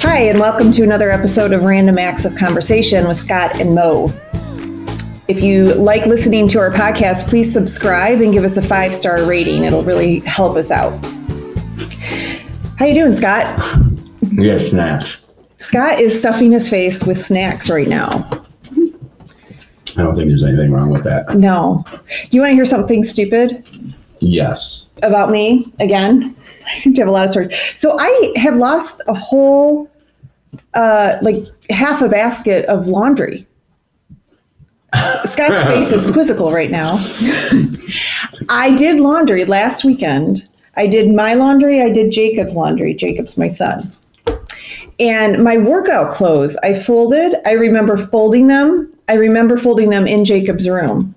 Hi, and welcome to another episode of Random Acts of Conversation with Scott and Mo. If you like listening to our podcast, please subscribe and give us a five star rating. It'll really help us out. How you doing, Scott? Yes, snacks. Scott is stuffing his face with snacks right now. I don't think there's anything wrong with that. No. Do you want to hear something stupid Yes. about me again? I seem to have a lot of stories. So I have lost a whole, uh, like half a basket of laundry. Scott's face is quizzical right now. I did laundry last weekend. I did my laundry, I did Jacob's laundry. Jacob's my son. And my workout clothes, I folded. I remember folding them. I remember folding them in Jacob's room.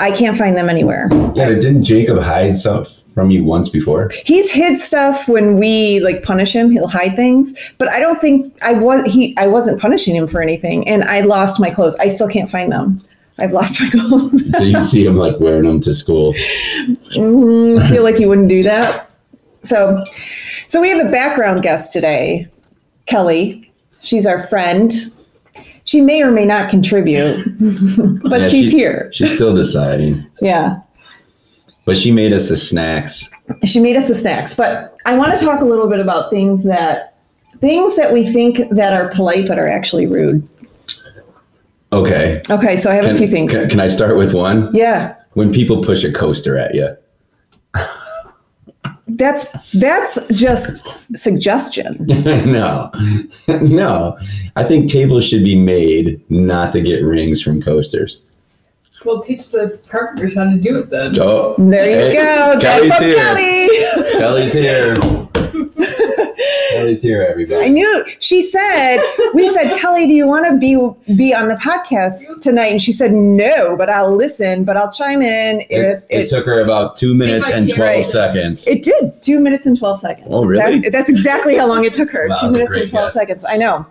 I can't find them anywhere. Yeah, didn't Jacob hide stuff from you once before? He's hid stuff when we like punish him, he'll hide things, but I don't think I was he I wasn't punishing him for anything and I lost my clothes. I still can't find them. I've lost my clothes. Did you see him like wearing them to school? Mm, I feel like you wouldn't do that. So, so we have a background guest today, Kelly. She's our friend. She may or may not contribute, but Yeah, she's she- here. She's still deciding, Yeah, but she made us the snacks. she made us the snacks. But I want to talk a little bit about things that things that we think that are polite but are actually rude. Okay. Okay, so I have Can, a few things. Can, can I start with one? yeah, When people push a coaster at you. that's that's just suggestion. no, no. I think tables should be made not to get rings from coasters. We'll teach the carpenters how to do it then. Oh, There you hey, go. Kelly's That's here. Kelly. Kelly's here. Kelly's here, everybody. I knew she said we said Kelly, do you want to be be on the podcast tonight? And she said no, but I'll listen, but I'll chime in if It, it it. took her about two minutes and Right. 12 seconds. It did two minutes and twelve seconds. Oh, really? That- that's exactly how long it took her. Wow, two that's a minutes and great twelve guess. seconds. I know.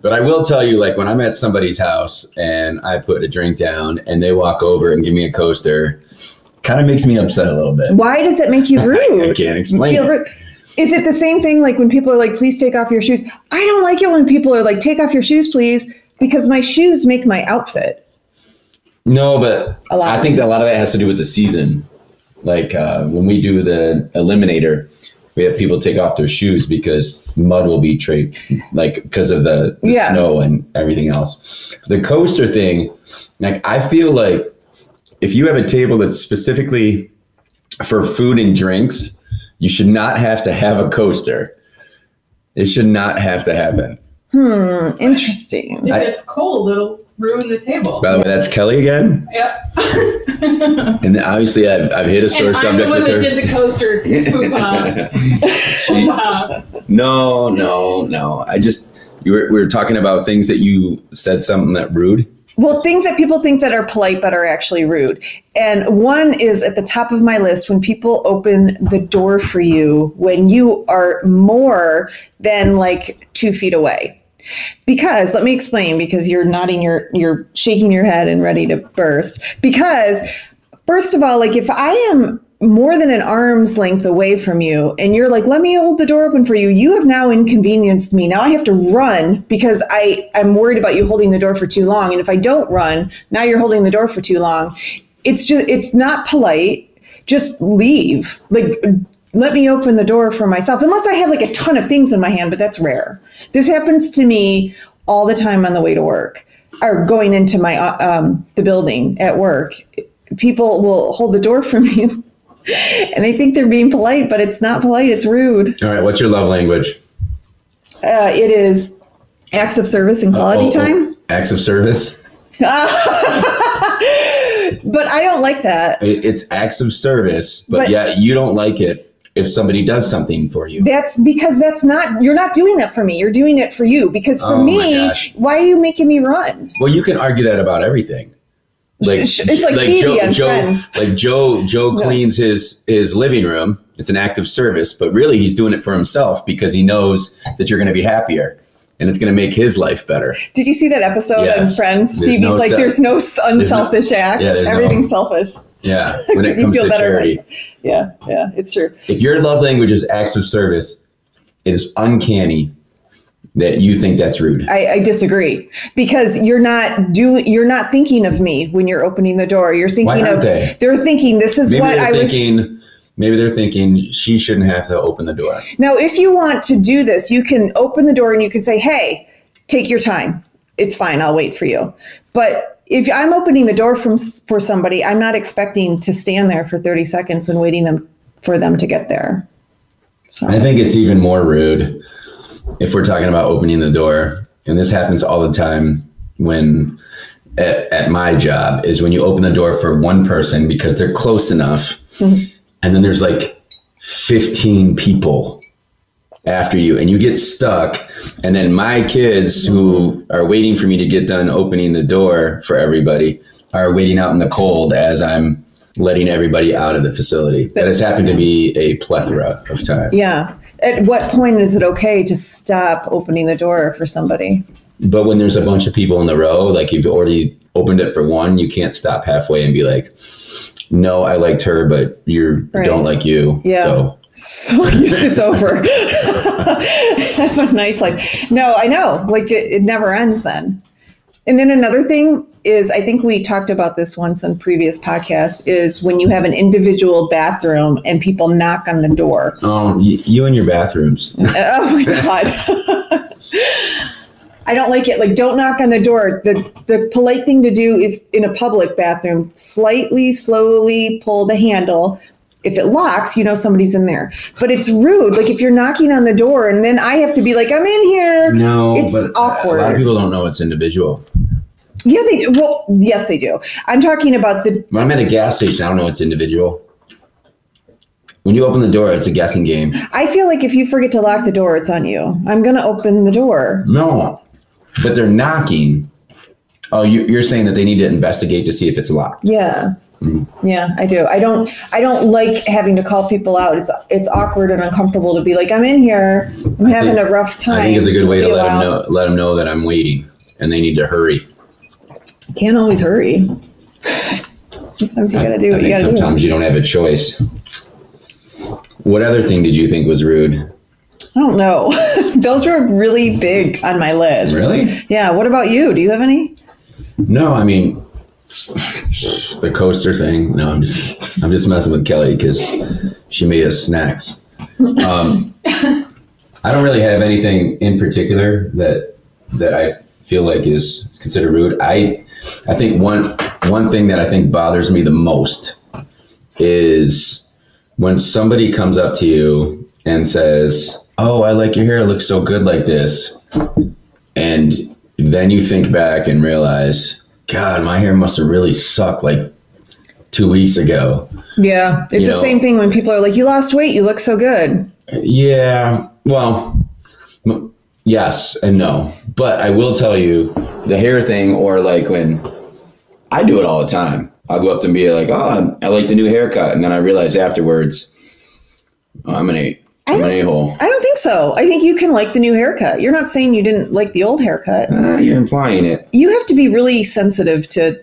But I will tell you, like when I'm at somebody's house and I put a drink down and they walk over and give me a coaster, kind of makes me upset a little bit. Why does it make you I, I rude? can't explain. Feel it. rude. Is it the same thing like when people are like, please take off your shoes? I don't like it when people are like, take off your shoes, please, because my shoes make my outfit. No, but A lot. I think a lot of that has to do with the season. Like uh, when we do the eliminator, we have people take off their shoes because mud will be tra- like because of the, the Yeah. snow and everything else. The coaster thing, like I feel like if you have a table that's specifically for food and drinks, you should not have to have a coaster. It should not have to happen. Hmm, interesting. If I- it's cold, it'll ruin the table. By the way, that's Kelly again, Yep. and and obviously I've, I've hit a sore I'm the subject one with that her. did uh, the coaster. Poopah. Poopah. No, no, no. I just you were, we were talking about things that you said something that rude. Well, things that people think that are polite but are actually rude. And one is at the top of my list when people open the door for you when you are more than like two feet away. Because let me explain, because you're nodding your you're shaking your head and ready to burst. Because first of all, like if I am more than an arm's length away from you and you're like, let me hold the door open for you, you have now inconvenienced me. Now I have to run because I, I'm worried about you holding the door for too long. And if I don't run, now you're holding the door for too long. It's just it's not polite. Just leave. Like let me open the door for myself. Unless I have like a ton of things in my hand, but that's rare. This happens to me all the time on the way to work or going into my uh, um, the building at work people will hold the door for me and they think they're being polite but it's not polite it's rude All right, what's your love language? uh, it is acts of service and quality Oh, oh, time acts of service. but i don't like that It- It's acts of service, but, But- yet you don't like it if somebody does something for you. that's because that's not you're not doing that for me you're doing it for you because for Oh my me gosh. why are you making me run Well, you can argue that about everything. Like It's like Phoebe on Joe, Friends. like Joe, Joe cleans his his living room. It's an act of service, but really he's doing it for himself because he knows that you're going to be happier and it's going to make his life better. did you see that episode on Yes. friends There's phoebe's no like se- there's no s- unselfish act Yeah, there's no- everything's selfish Yeah, when it You comes feel to better, charity. yeah yeah it's true If your love language is acts of service, is uncanny that you think that's rude. I, I disagree because you're not doing. You're not thinking of me when you're opening the door. You're thinking Why aren't of. they? They're thinking this is Maybe what they're I was. thinking. Maybe they're thinking she shouldn't have to open the door. Now, if you want to do this, you can open the door and you can say, hey, take your time. It's fine. I'll wait for you. But if I'm opening the door from, for somebody, I'm not expecting to stand there for 30 seconds and waiting them for them to get there. So, I think it's even more rude if we're talking about opening the door, and this happens all the time when at, at my job is when you open the door for one person because they're close enough, and then there's like 15 people after you, and you get stuck. And then my kids who are waiting for me to get done opening the door for everybody are waiting out in the cold as I'm letting everybody out of the facility. That has happened to me a plethora of times. yeah. At what point is it okay to stop opening the door for somebody? But when there's a bunch of people in the row, like you've already opened it for one, you can't stop halfway and be like, "No, I liked her, but you Right. don't like you." Yeah. So So it's over. Have a nice life. No, I know. Like it, it never ends then. And then another thing is, I think we talked about this once on previous podcasts, is when you have an individual bathroom and people knock on the door. oh, y- you and your bathrooms. oh my god. I don't like it. Like, don't knock on the door. The the polite thing to do is in a public bathroom, slightly, slowly pull the handle. If it locks, you know somebody's in there. But it's rude. Like if you're knocking on the door and then I have to be like, I'm in here. No, It's but awkward. a lot of people don't know it's individual. Yeah, they do. Well, yes, they do. I'm talking about the When I'm at a gas station, I don't know it's individual. When you open the door, it's a guessing game. I feel like if you forget to lock the door, it's on you. I'm gonna open the door. No, but they're knocking. Oh, you, you're saying that they need to investigate to see if it's locked. Yeah. Mm. Yeah, I do. I don't I don't like having to call people out. It's it's awkward and uncomfortable to be like, I'm in here. I'm having a rough time. I think it's a good way to Be let them loud. know, let them know that I'm waiting and they need to hurry. Can't always hurry. Sometimes you gotta do I what you think gotta sometimes you don't have a choice. What other thing did you think was rude? do. I don't know. Those were really big on my list. Really? Yeah. What about you? Do you have any? No, I mean the coaster thing. No, I'm just I'm just messing with Kelly because she made us snacks. Um, I don't really have anything in particular that that I feel like is considered rude. I I think one one thing that I think bothers me the most is when somebody comes up to you and says, "Oh, I like your hair. It looks so good like this," and then you think back and realize, "God, my hair must have really sucked like two weeks ago." Yeah. It's You the know- same thing when people are like, You lost weight, you look so good. Yeah. Well, m- yes and no. But I will tell you the hair thing, or like when I do it all the time, I'll go up and be like, oh, I like the new haircut. And then I realize afterwards, oh, I'm an eight. I I'm an don't- a hole. I don't think so. I think you can like the new haircut. You're not saying you didn't like the old haircut. Ah, you're implying it. you have to be really sensitive to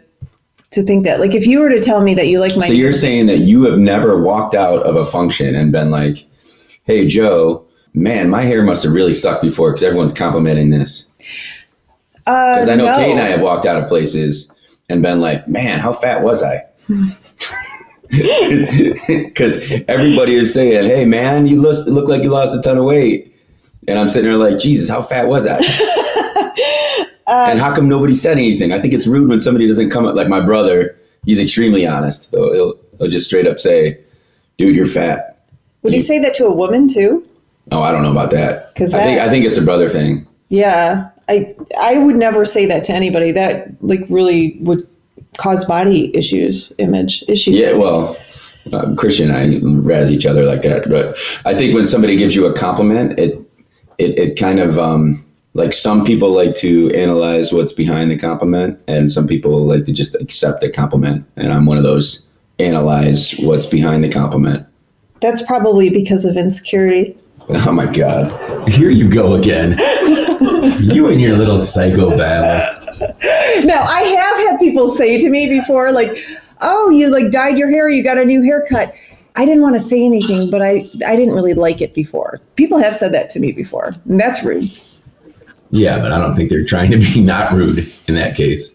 to think that like if you were to tell me that you like my So you're saying that you have never walked out of a function and been like, hey, Joe, man, my hair must have really sucked before because everyone's complimenting this. uh, Because I know no. Kay and I have walked out of places and been like, man, how fat was I? Because everybody is saying, hey, man, you look, look like you lost a ton of weight. And I'm sitting there like, Jesus, how fat was I? Uh, and how come nobody said anything? I think it's rude when somebody doesn't come up. Like my brother, he's extremely honest. Though he'll, he'll just straight up say, dude, you're fat. would you say that to a woman too Oh, I don't know about that. 'Cause I think that- I think it's a brother thing. yeah i i would never say that to anybody that like really would cause body issues image issues Yeah, well, uh, Christian and I razz each other like that, but I think when somebody gives you a compliment, it it, it kind of um, like some people like to analyze what's behind the compliment, and some people like to just accept the compliment. And I'm one of those analyze what's behind the compliment. that's probably because of insecurity Oh my God! Here you go again. you and your little psycho battle. now i have had people say to me before like oh you like dyed your hair you got a new haircut I didn't want to say anything, but I, I didn't really like it before. People have said that to me before, and that's rude. Yeah, but I don't think they're trying to be not rude in that case.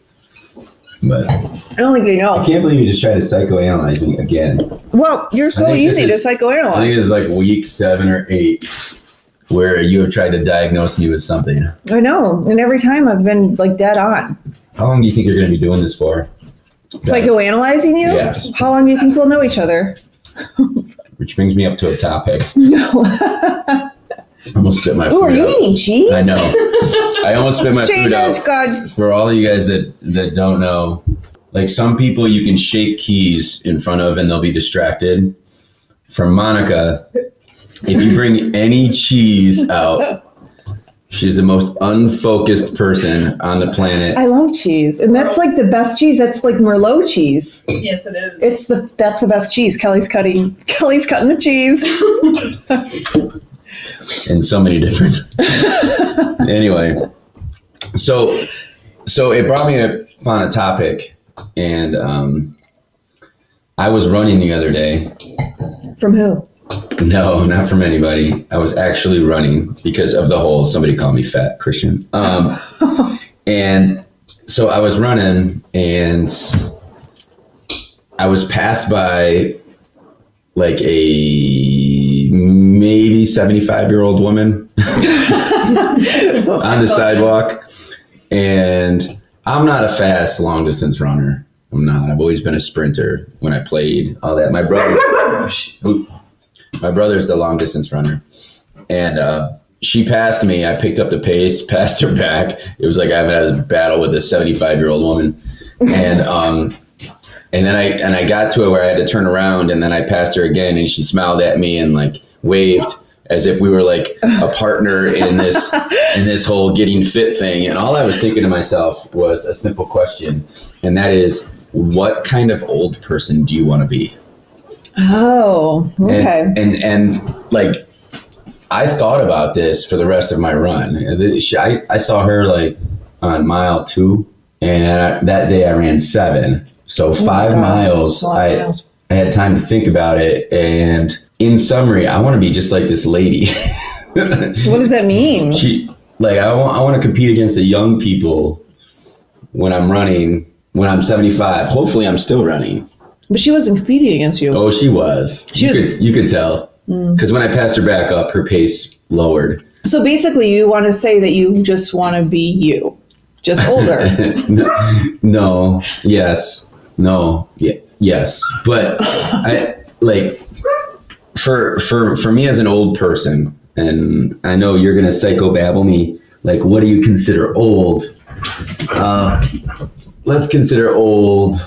But I don't think they I know. can't believe you just tried to psychoanalyze me again. Well, you're so think this easy is- to I psychoanalyze. think it's like week seven or eight where you have tried to diagnose me with something. I know. And every time I've been like dead on. How long do you think you're going to be doing this for? Psychoanalyzing you? Yes. How long do you think we'll know each other? Which brings me up to a topic. No. I almost spit my Ooh, are food you out. eating cheese? I know. I almost spit my food Jesus, out. God. For all you guys that, that don't know, like some people you can shake keys in front of and they'll be distracted. For Monica, if you bring any cheese out, she's the most unfocused person on the planet. I love cheese. And that's like the best cheese. That's like Merlot cheese. Yes, it is. It's the that's the best cheese. Kelly's cutting Kelly's cutting the cheese. in so many different anyway so so it brought me upon a topic and um i was running the other day From who? no not from anybody i was actually running because of the whole somebody called me fat christian um and so i was running and i was passed by like a maybe 75 year old woman on the sidewalk. And I'm not a fast long distance runner. I'm not. I've always been a sprinter when I played all that. My brother, Oop. my brother's the long distance runner, and uh, she passed me. I picked up the pace, passed her back. It was like I had a battle with a 75 year old woman, and um, and then I and I got to it where I had to turn around, and then I passed her again, and she smiled at me and like waved as if we were like a partner in this in this whole getting fit thing. And all I was thinking to myself was a simple question, and that is, what kind of old person do you want to be? Oh, okay. And, and and like, I thought about this for the rest of my run. I I saw her like on mile two, and I, that day I ran seven, so Oh my five God. miles. Wow. I I had time to think about it, and in summary, I want to be just like this lady. What does that mean? she like I want I want to compete against the young people when I'm running when I'm 75. Hopefully I'm still running. But she wasn't competing against you. Oh, she was. She you was- Mm. could you could tell because when I passed her back up, her pace lowered. So basically, you want to say that you just want to be you, just older. no. Yes. No. Yeah. Yes. But I like for for for me as an old person, and I know you're gonna psychobabble me. Like, what do you consider old? Uh, let's consider old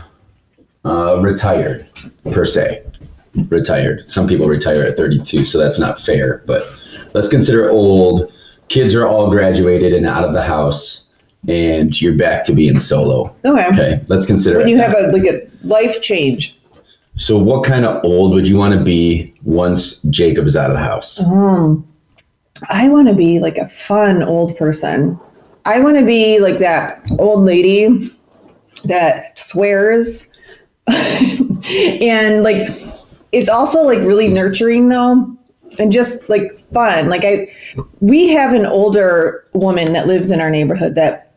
uh, retired per se. Retired. Some people retire at 32, so that's not fair. But let's consider old. Kids are all graduated and out of the house, and you're back to being solo. okay. Okay, let's consider When it you that. have a like a life change. So, what kind of old would you want to be once Jacob is out of the house? Um, I want to be like a fun old person. I want to be like that old lady that swears, and like it's also like really nurturing though, and just like fun. Like I, we have an older woman that lives in our neighborhood that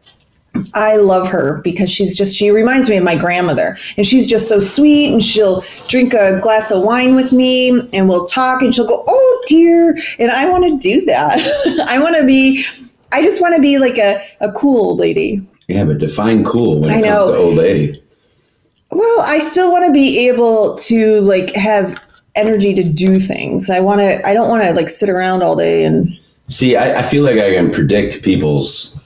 I love her because she's just she reminds me of my grandmother and she's just so sweet and she'll drink a glass of wine with me and we'll talk and she'll go oh dear and I want to do that I want to be I just want to be like a, a cool lady Yeah, but define cool when I it comes know. to old lady. well I still want to be able to like have energy to do things I want to I don't want to like sit around all day and See, I, I feel like I can predict people's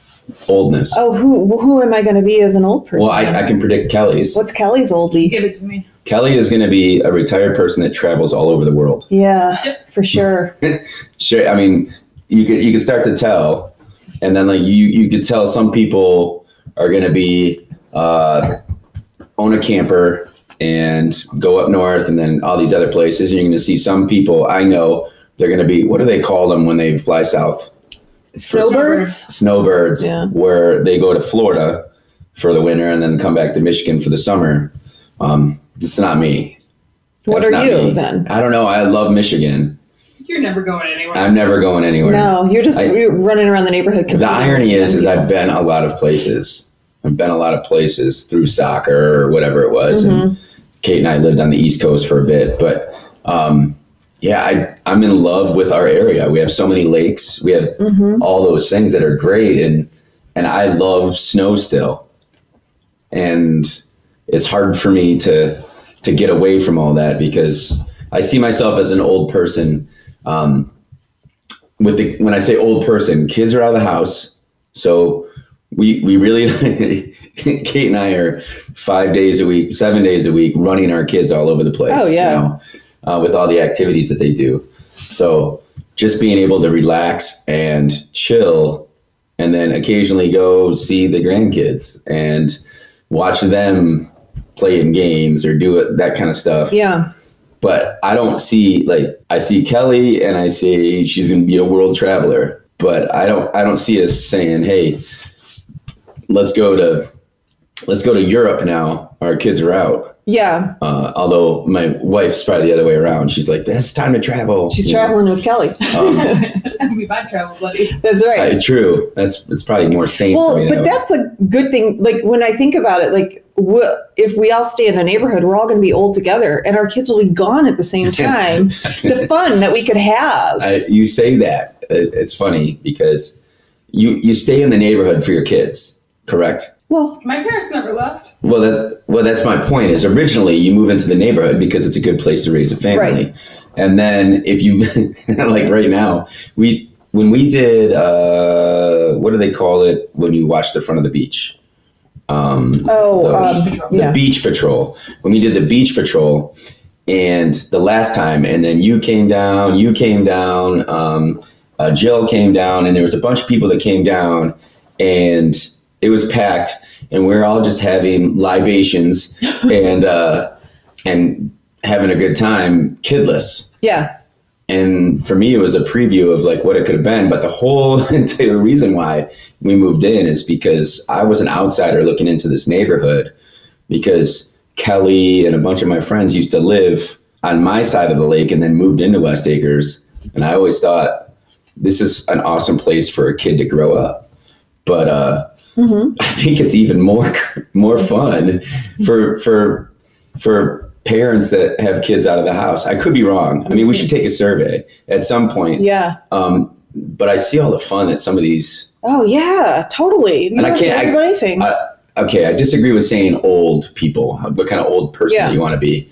oldness. oh who who am I going to be as an old person well, I, I can predict Kelly's. what's Kelly's oldie Give it to me. Kelly is going to be a retired person that travels all over the world. yeah Yep. for sure Sure, I mean, you could you could start to tell, and then like you you could tell some people are going to be uh, own a camper and go up north, and then all these other places. And you're going to see some people I know they're going to be what do they call them when they fly south? snowbirds snowbirds Yeah. where they go to Florida for the winter and then come back to Michigan for the summer. Um, it's not me. What That's are not you me. then? I don't know. I love Michigan. You're never going anywhere. I'm never going anywhere. No, you're just I- you're running around the neighborhood. The competing irony with is, is people. I've been a lot of places. I've been a lot of places through soccer or whatever it was. And Kate and I lived on the East Coast for a bit, but um, yeah, I, I'm in love with our area. We have so many lakes. We have Mhm. all those things that are great, and and I love snow still. And it's hard for me to to get away from all that because I see myself as an old person. Um, with the when I say old person, kids are out of the house, so we we really Kate and I are five days a week, seven days a week, running our kids all over the place. Oh, yeah. know, uh, with all the activities that they do, so just being able to relax and chill, and then occasionally go see the grandkids and watch them playing games or do it that kind of stuff Yeah. but I don't see like I see Kelly and I see she's gonna be a world traveler, but I don't I don't see us saying, hey, let's go to let's go to Europe now. Our kids are out. Yeah. Uh, although my wife's probably the other way around. She's like, that's time to travel. She's you know? traveling with Kelly. Um, we might travel, buddy. That's right. I- Uh, true. That's it's probably more sane. Well, for me that but way. that's a good thing. Like when I think about it, like wh- if we all stay in the neighborhood, we're all going to be old together, and our kids will be gone at the same time. the fun that we could have. I, you say that It- it's funny because you you stay in the neighborhood for your kids, correct? Well, My parents never left. Well, that's well, that's my point. Is originally you move into the neighborhood because it's a good place to raise a family, Right. and then if you like right now we when we did uh, what do they call it when you watch the front of the beach? Um, oh, the, um, the yeah. beach patrol. When we did the beach patrol, and the last time, and then you came down, you came down, um, uh, Jill came down, and there was a bunch of people that came down, and it was packed, and we are all just having libations and uh, and having a good time, kidless. yeah, And for me, it was a preview of like what it could have been. But the whole entire reason why we moved in is because I was an outsider looking into this neighborhood because Kelly and a bunch of my friends used to live on my side of the lake and then moved into West Acres. And I always thought this is an awesome place for a kid to grow up. But uh, Mhm. I think it's even more more fun for for for parents that have kids out of the house. I could be wrong. I mean, we should take a survey at some point. yeah. Um, but I see all the fun that some of these. Oh, yeah. Totally. You And I don't can't- have to I- do anything. I, okay, I disagree with saying old people. What kind of old person Yeah. do you want to be?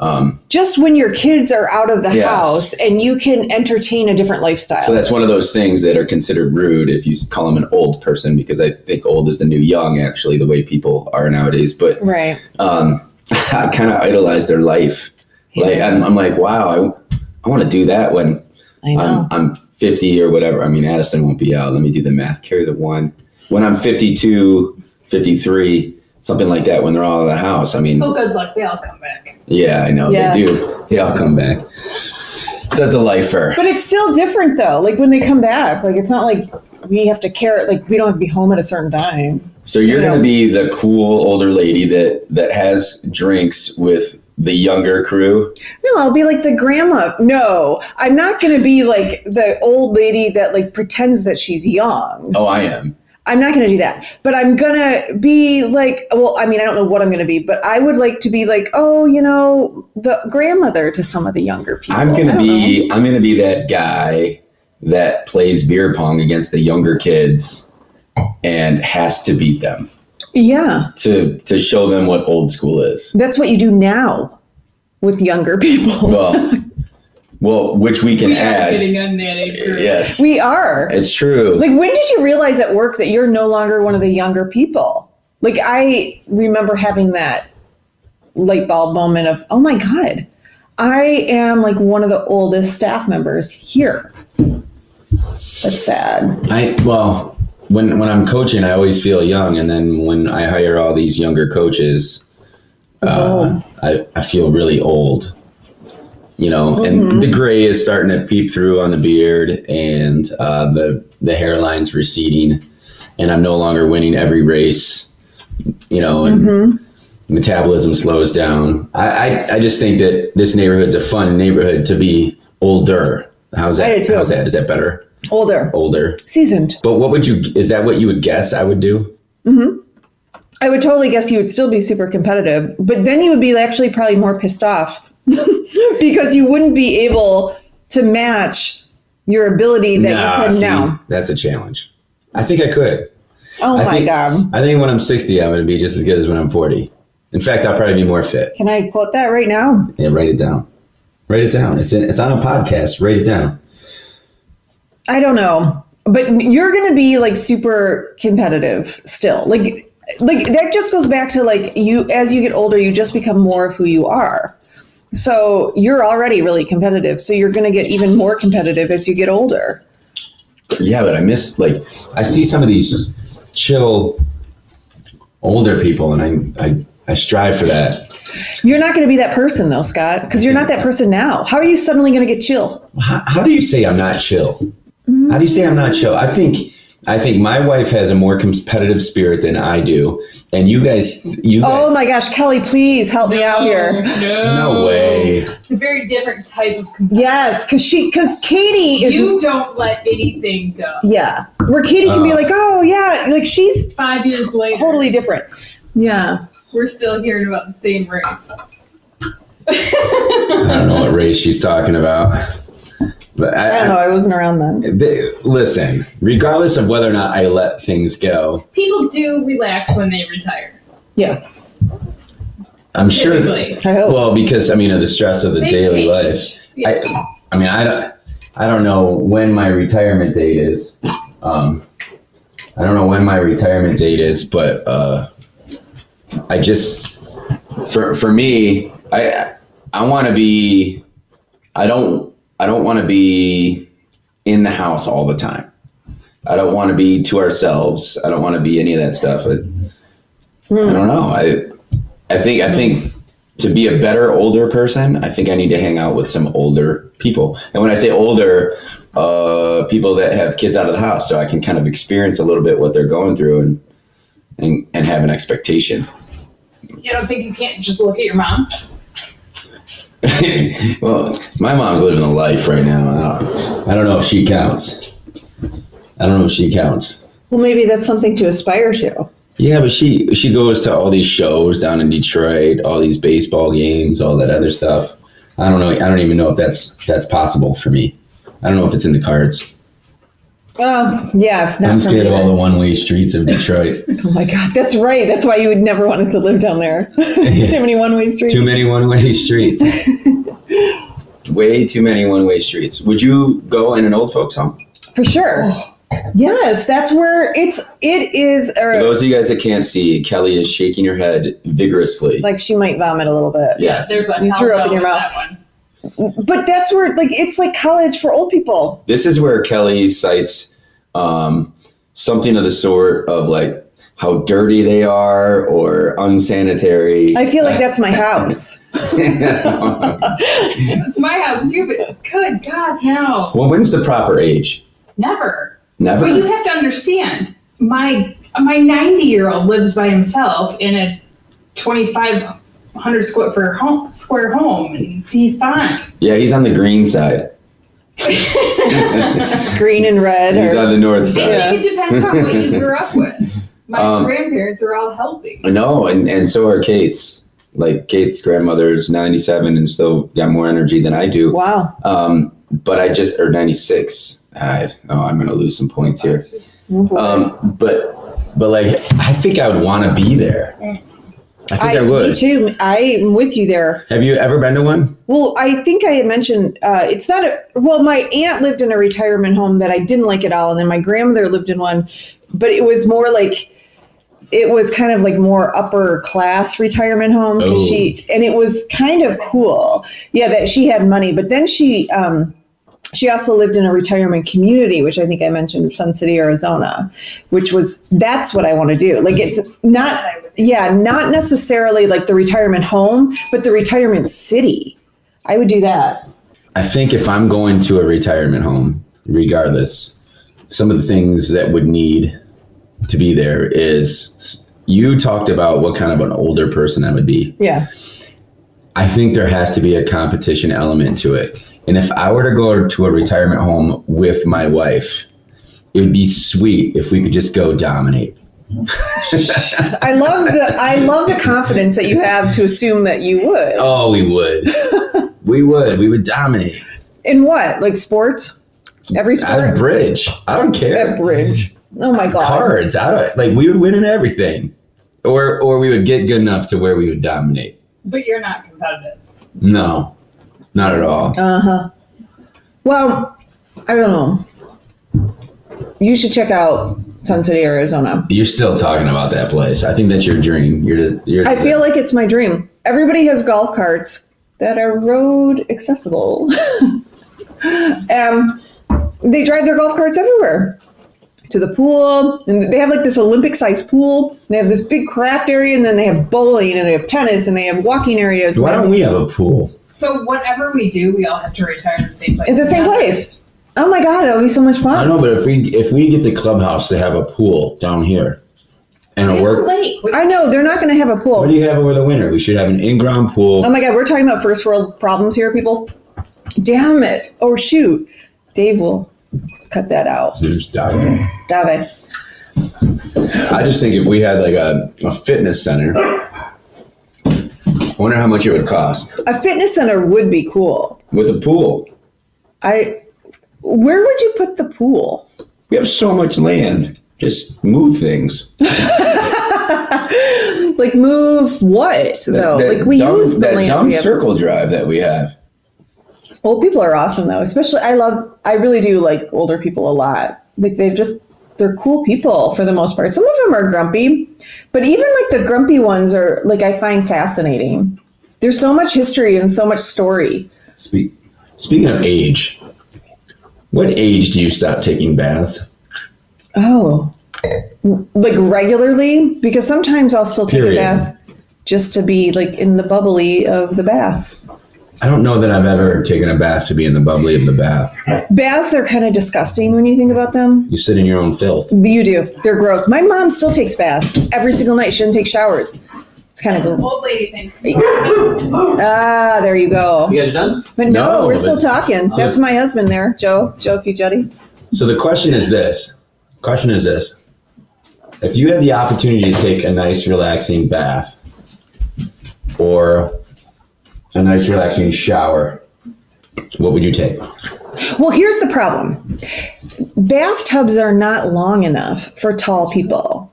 Um, Just when your kids are out of the Yeah. house and you can entertain a different lifestyle. so that's one of those things that are considered rude if you call them an old person because I think old is the new young. Actually, the way people are nowadays, but right. um, I kind of idolize their life. Like I'm, I'm like, wow, I, I want to do that when I know. I'm, I'm 50 or whatever. I mean, Addison won't be out. Let me do the math. Carry the one. When I'm 52, 53, something like that, when they're all out of the house. I mean, Oh, good luck. They all come back. yeah, I know Yeah. they do. They all come back. So that's a lifer. But it's still different though. Like when they come back, like it's not like we have to care. Like we don't have to be home at a certain time. So you're you know. going to be the cool older lady that that has drinks with the younger crew. No, I'll be like the grandma. No, I'm not going to be like the old lady that like pretends that she's young. Oh, I am. I'm not going to do that. But I'm going to be like, well, I mean, I don't know what I'm going to be, but I would like to be like, oh, you know, the grandmother to some of the younger people. I'm I gonna don't know. be I'm gonna be that guy that plays beer pong against the younger kids and has to beat them Yeah, to to show them what old school is. that's what you do now with younger people. Well, well, which we can we are add. getting on that age group. Yes, we are. it's true. Like, when did you realize at work that you're no longer one of the younger people? Like, I remember having that light bulb moment of, oh my God, I am like one of the oldest staff members here. That's sad. I well, when when I'm coaching, I always feel young, and then when I hire all these younger coaches, uh, I I feel really old. You know, Mm-hmm. and the gray is starting to peep through on the beard, and uh, the the hairline's receding, and I'm no longer winning every race. You know, and Mm-hmm. metabolism slows down. I, I, I just think that this neighborhood's a fun neighborhood to be older. How's I that? do too. How's that? Is that better? Older, Older. seasoned. But what would you? Is that what you would guess I would do? I would totally guess you would still be super competitive, but then you would be actually probably more pissed off because you wouldn't be able to match your ability that Nah, you can see, now. That's a challenge. I think I could. Oh I my think, God. I think when I'm 60, I'm going to be just as good as when I'm 40. In fact, I'll probably be more fit. Can I quote that right now? Yeah, write it down. Write it down. It's in, it's on a podcast. Write it down. I don't know, but you're going to be like super competitive still. Like, like that just goes back to like you as you get older, you just become more of who you are. So you're already really competitive. So you're going to get even more competitive as you get older. Yeah, but I miss like I see some of these chill older people, and I I, I strive for that. You're not going to be that person though, Scott, because you're not that person now. How are you suddenly going to get chill? How, how do you say I'm not chill? How do you say I'm not chill? I think I think my wife has a more competitive spirit than I do, and you guys you Oh guys, my gosh, Kelly, please help me out here. No. no way. It's a very different type of competition. Yes, because she, because Katie is. You don't let anything go. yeah, where Katie can be Oh. like, oh yeah, like she's Five years later, totally different. Yeah, we're still hearing about the same race. I don't know what race she's talking about, but I I, don't know. I wasn't around then. They, listen, regardless of whether or not I let things go, People do relax when they retire. Yeah, I'm sure. Typically. I hope. Well, because I mean, of the stress of the They daily change. life. Yeah. I, I mean, I don't, I don't know when my retirement date is. Um, I don't know when my retirement date is, but uh, I just, for for me, I I want to be, I don't I don't want to be in the house all the time. I don't want to be to ourselves. I don't want to be any of that stuff. I, I don't know. I I think I think to be a better older person, I think I need to hang out with some older people. And when I say older, uh, people that have kids out of the house, so I can kind of experience a little bit what they're going through and and, and have an expectation. You don't think you can't just look at your mom? well, my mom's living a life right now. I don't, I don't know if she counts. I don't know if she counts. Well, maybe that's something to aspire to. Yeah, but she she goes to all these shows down in Detroit, all these baseball games, all that other stuff. I don't know. I don't even know if that's that's possible for me. I don't know if it's in the cards. Oh, yeah. If not I'm from scared of here. all the one way streets of Detroit. Oh my God, that's right. That's why you would never wanted to live down there. Too many one-way streets. too many one way streets. Way too many one way streets. Would you go in an old folks home? For sure. Oh. Yes, that's where it's it is For or those of you guys that can't see, Kelly is shaking her head vigorously. like she might vomit a little bit. yes. There's a You threw hell up in no your with mouth. That one. But that's where like it's like college for old people. this is where Kelly cites um, something of the sort of like how dirty they are or unsanitary. I feel like that's my house. It's my house too, but good God, no. well, when's the proper age? Never. Never. But you have to understand, my my ninety year old lives by himself in a twenty five hundred square for home square home, and he's fine. yeah, he's on the green side. I Green and red He's or on the north side. think it depends on what you grew up with. My Um, grandparents are all healthy. No, and, and so are Kate's. Like Kate's grandmother's 97 and still got more energy than I do. wow. Um, but I just, or 96. I, oh, I'm going to lose some points here. Um, but but like I think I would want to be there. I think I, Me would. too. I'm with you there. Have you ever been to one? Well, I think I had mentioned uh, it's not a well. My aunt lived in a retirement home that I didn't like at all, and then my grandmother lived in one, but it was more like it was kind of like more upper class retirement home 'cause Oh. she and it was kind of cool. Yeah, that she had money, but then she um, she also lived in a retirement community, which I think I mentioned, Sun City, Arizona, which was that's what I want to do. Like it's not yeah, not necessarily like the retirement home, but the retirement city. I would do that. I think if I'm going to a retirement home, regardless, some of the things that would need to be there is s- you talked about what kind of an older person I would be. Yeah. I think there has to be a competition element to it. And if I were to go to a retirement home with my wife, it would be sweet if we could just go dominate. I love the I love the confidence that you have to assume that you would. Oh, we would. we would. We would dominate. In what? Like sports? Every At sport? bridge. I don't At care. bridge. Oh my god. Cards. I don't like we would win in everything. Or or we would get good enough to where we would dominate. But you're not competitive. No. Not at all. Uh huh. Well, I don't know. You should check out Sun City, Arizona. You're still talking about that place. I think that's your dream. You're you're I feel like it's my dream. Everybody has golf carts that are road accessible. um, they drive their golf carts everywhere to the pool, and they have like this Olympic-sized pool. and They have this big craft area, and then they have bowling, and they have tennis, and they have walking areas. why don't we have a pool? So whatever we do, we all have to retire in the same place. It's the same Yeah. place. Oh my god, it would be so much I fun. don't know, but if we if we get the clubhouse to have a pool down here and a It's work late. We- I know they're not going to have a pool. what do you have over the winter? We should have an in ground pool. Oh my god, we're talking about first world problems here, people. Damn it. Oh shoot. Dave will cut that out. There's diving. Dave. I just think if we had like a, a fitness center, I wonder how much it would cost A fitness center would be cool. with a pool. I where would you put the pool? We have so much land. Just move things. Like move what though? like we dumb, use the that land. dumb we have. circle drive that we have. Old people are awesome though. Especially I love I really do like older people a lot. Like they've just they're cool people for the most part. Some of them are grumpy, but even like the grumpy ones are like I find fascinating. There's so much history and so much story. Speak, speaking of age, what age do you stop taking baths? Oh. Like regularly because sometimes I'll still take Period. a bath just to be like in the bubbly of the bath. I don't know that I've ever taken a bath to be in the bubbly of the bath. Baths are kind of disgusting when you think about them. You sit in your own filth. You do. They're gross. My mom still takes baths every single night. She doesn't take showers. It's kind It's of an old lady thing. Ah, there you go. You guys are done? But no, No, we're still but- talking. That's my husband there, Joe. Joe Fugetti. So the question is this. Question is this. If you had the opportunity to take a nice relaxing bath or a nice relaxing shower, what would you take? Well, here's the problem. Bathtubs are not long enough for tall people.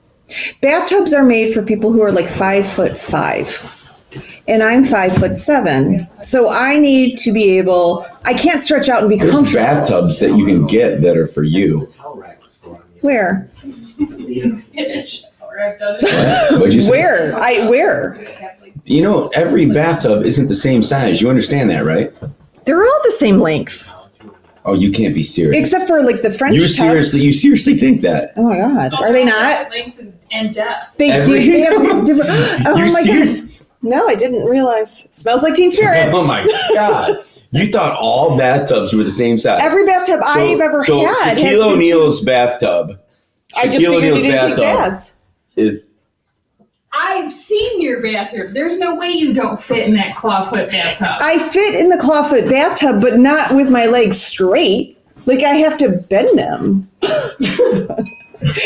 Bathtubs are made for people who are like five foot five. And I'm five foot seven. So I need to be able I can't stretch out and be comfortable. bathtubs that you can get that are for you. Where? Or I've done it. But you, say- Where? I where? you know, every bathtub isn't the same size. You understand that, right? They're all the same length. Oh, you can't be serious. Except for like the French you tubs. seriously you seriously think that. Oh my god. Are they not? Lengths and- and depths. They Every- do they have different Oh you my serious- god. No, I didn't realize. Smells like Teen Spirit. Oh my god! You thought all bathtubs were the same size? Every bathtub So- I've ever so had. has Shaquille been- O'Neal's bathtub I just Shaquille figured you O'Neal's didn't take bathtub. baths. is I've seen your bathroom. There's no way you don't fit in that clawfoot bathtub. I fit in the clawfoot bathtub, but not with my legs straight. Like I have to bend them, and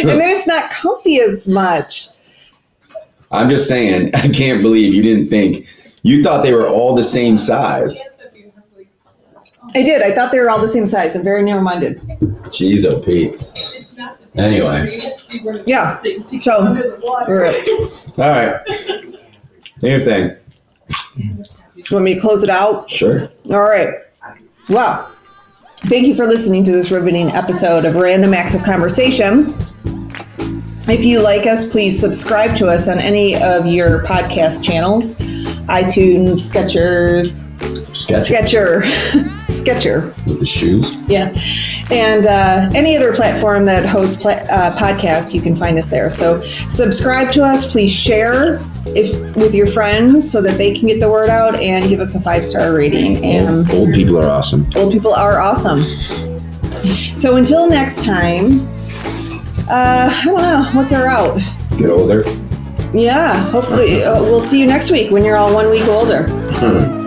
then it's not comfy as much. I'm just saying, I can't believe you didn't think. You thought they were all the same size. I did. I thought they were all the same size. I'm very narrow-minded. Jeez, oh Pete. Anyway, Yeah. So all right. you all right. Do your thing. want me to close it out? Sure. All right. Well, thank you for listening to this riveting episode of Random Acts of Conversation. If you like us, please subscribe to us on any of your podcast channels iTunes, Sketchers, Sketch Sketcher, Sketcher. with the shoes. Yeah. And uh, any other platform that hosts pla- uh, podcasts, you can find us there. So subscribe to us. Please share if with your friends so that they can get the word out and give us a five star rating. And Old, old people are awesome. old people are awesome. So until next time, uh, I don't know. What's our out? Get older. Yeah, hopefully uh, we'll see you next week when you're all one week older. Hmm.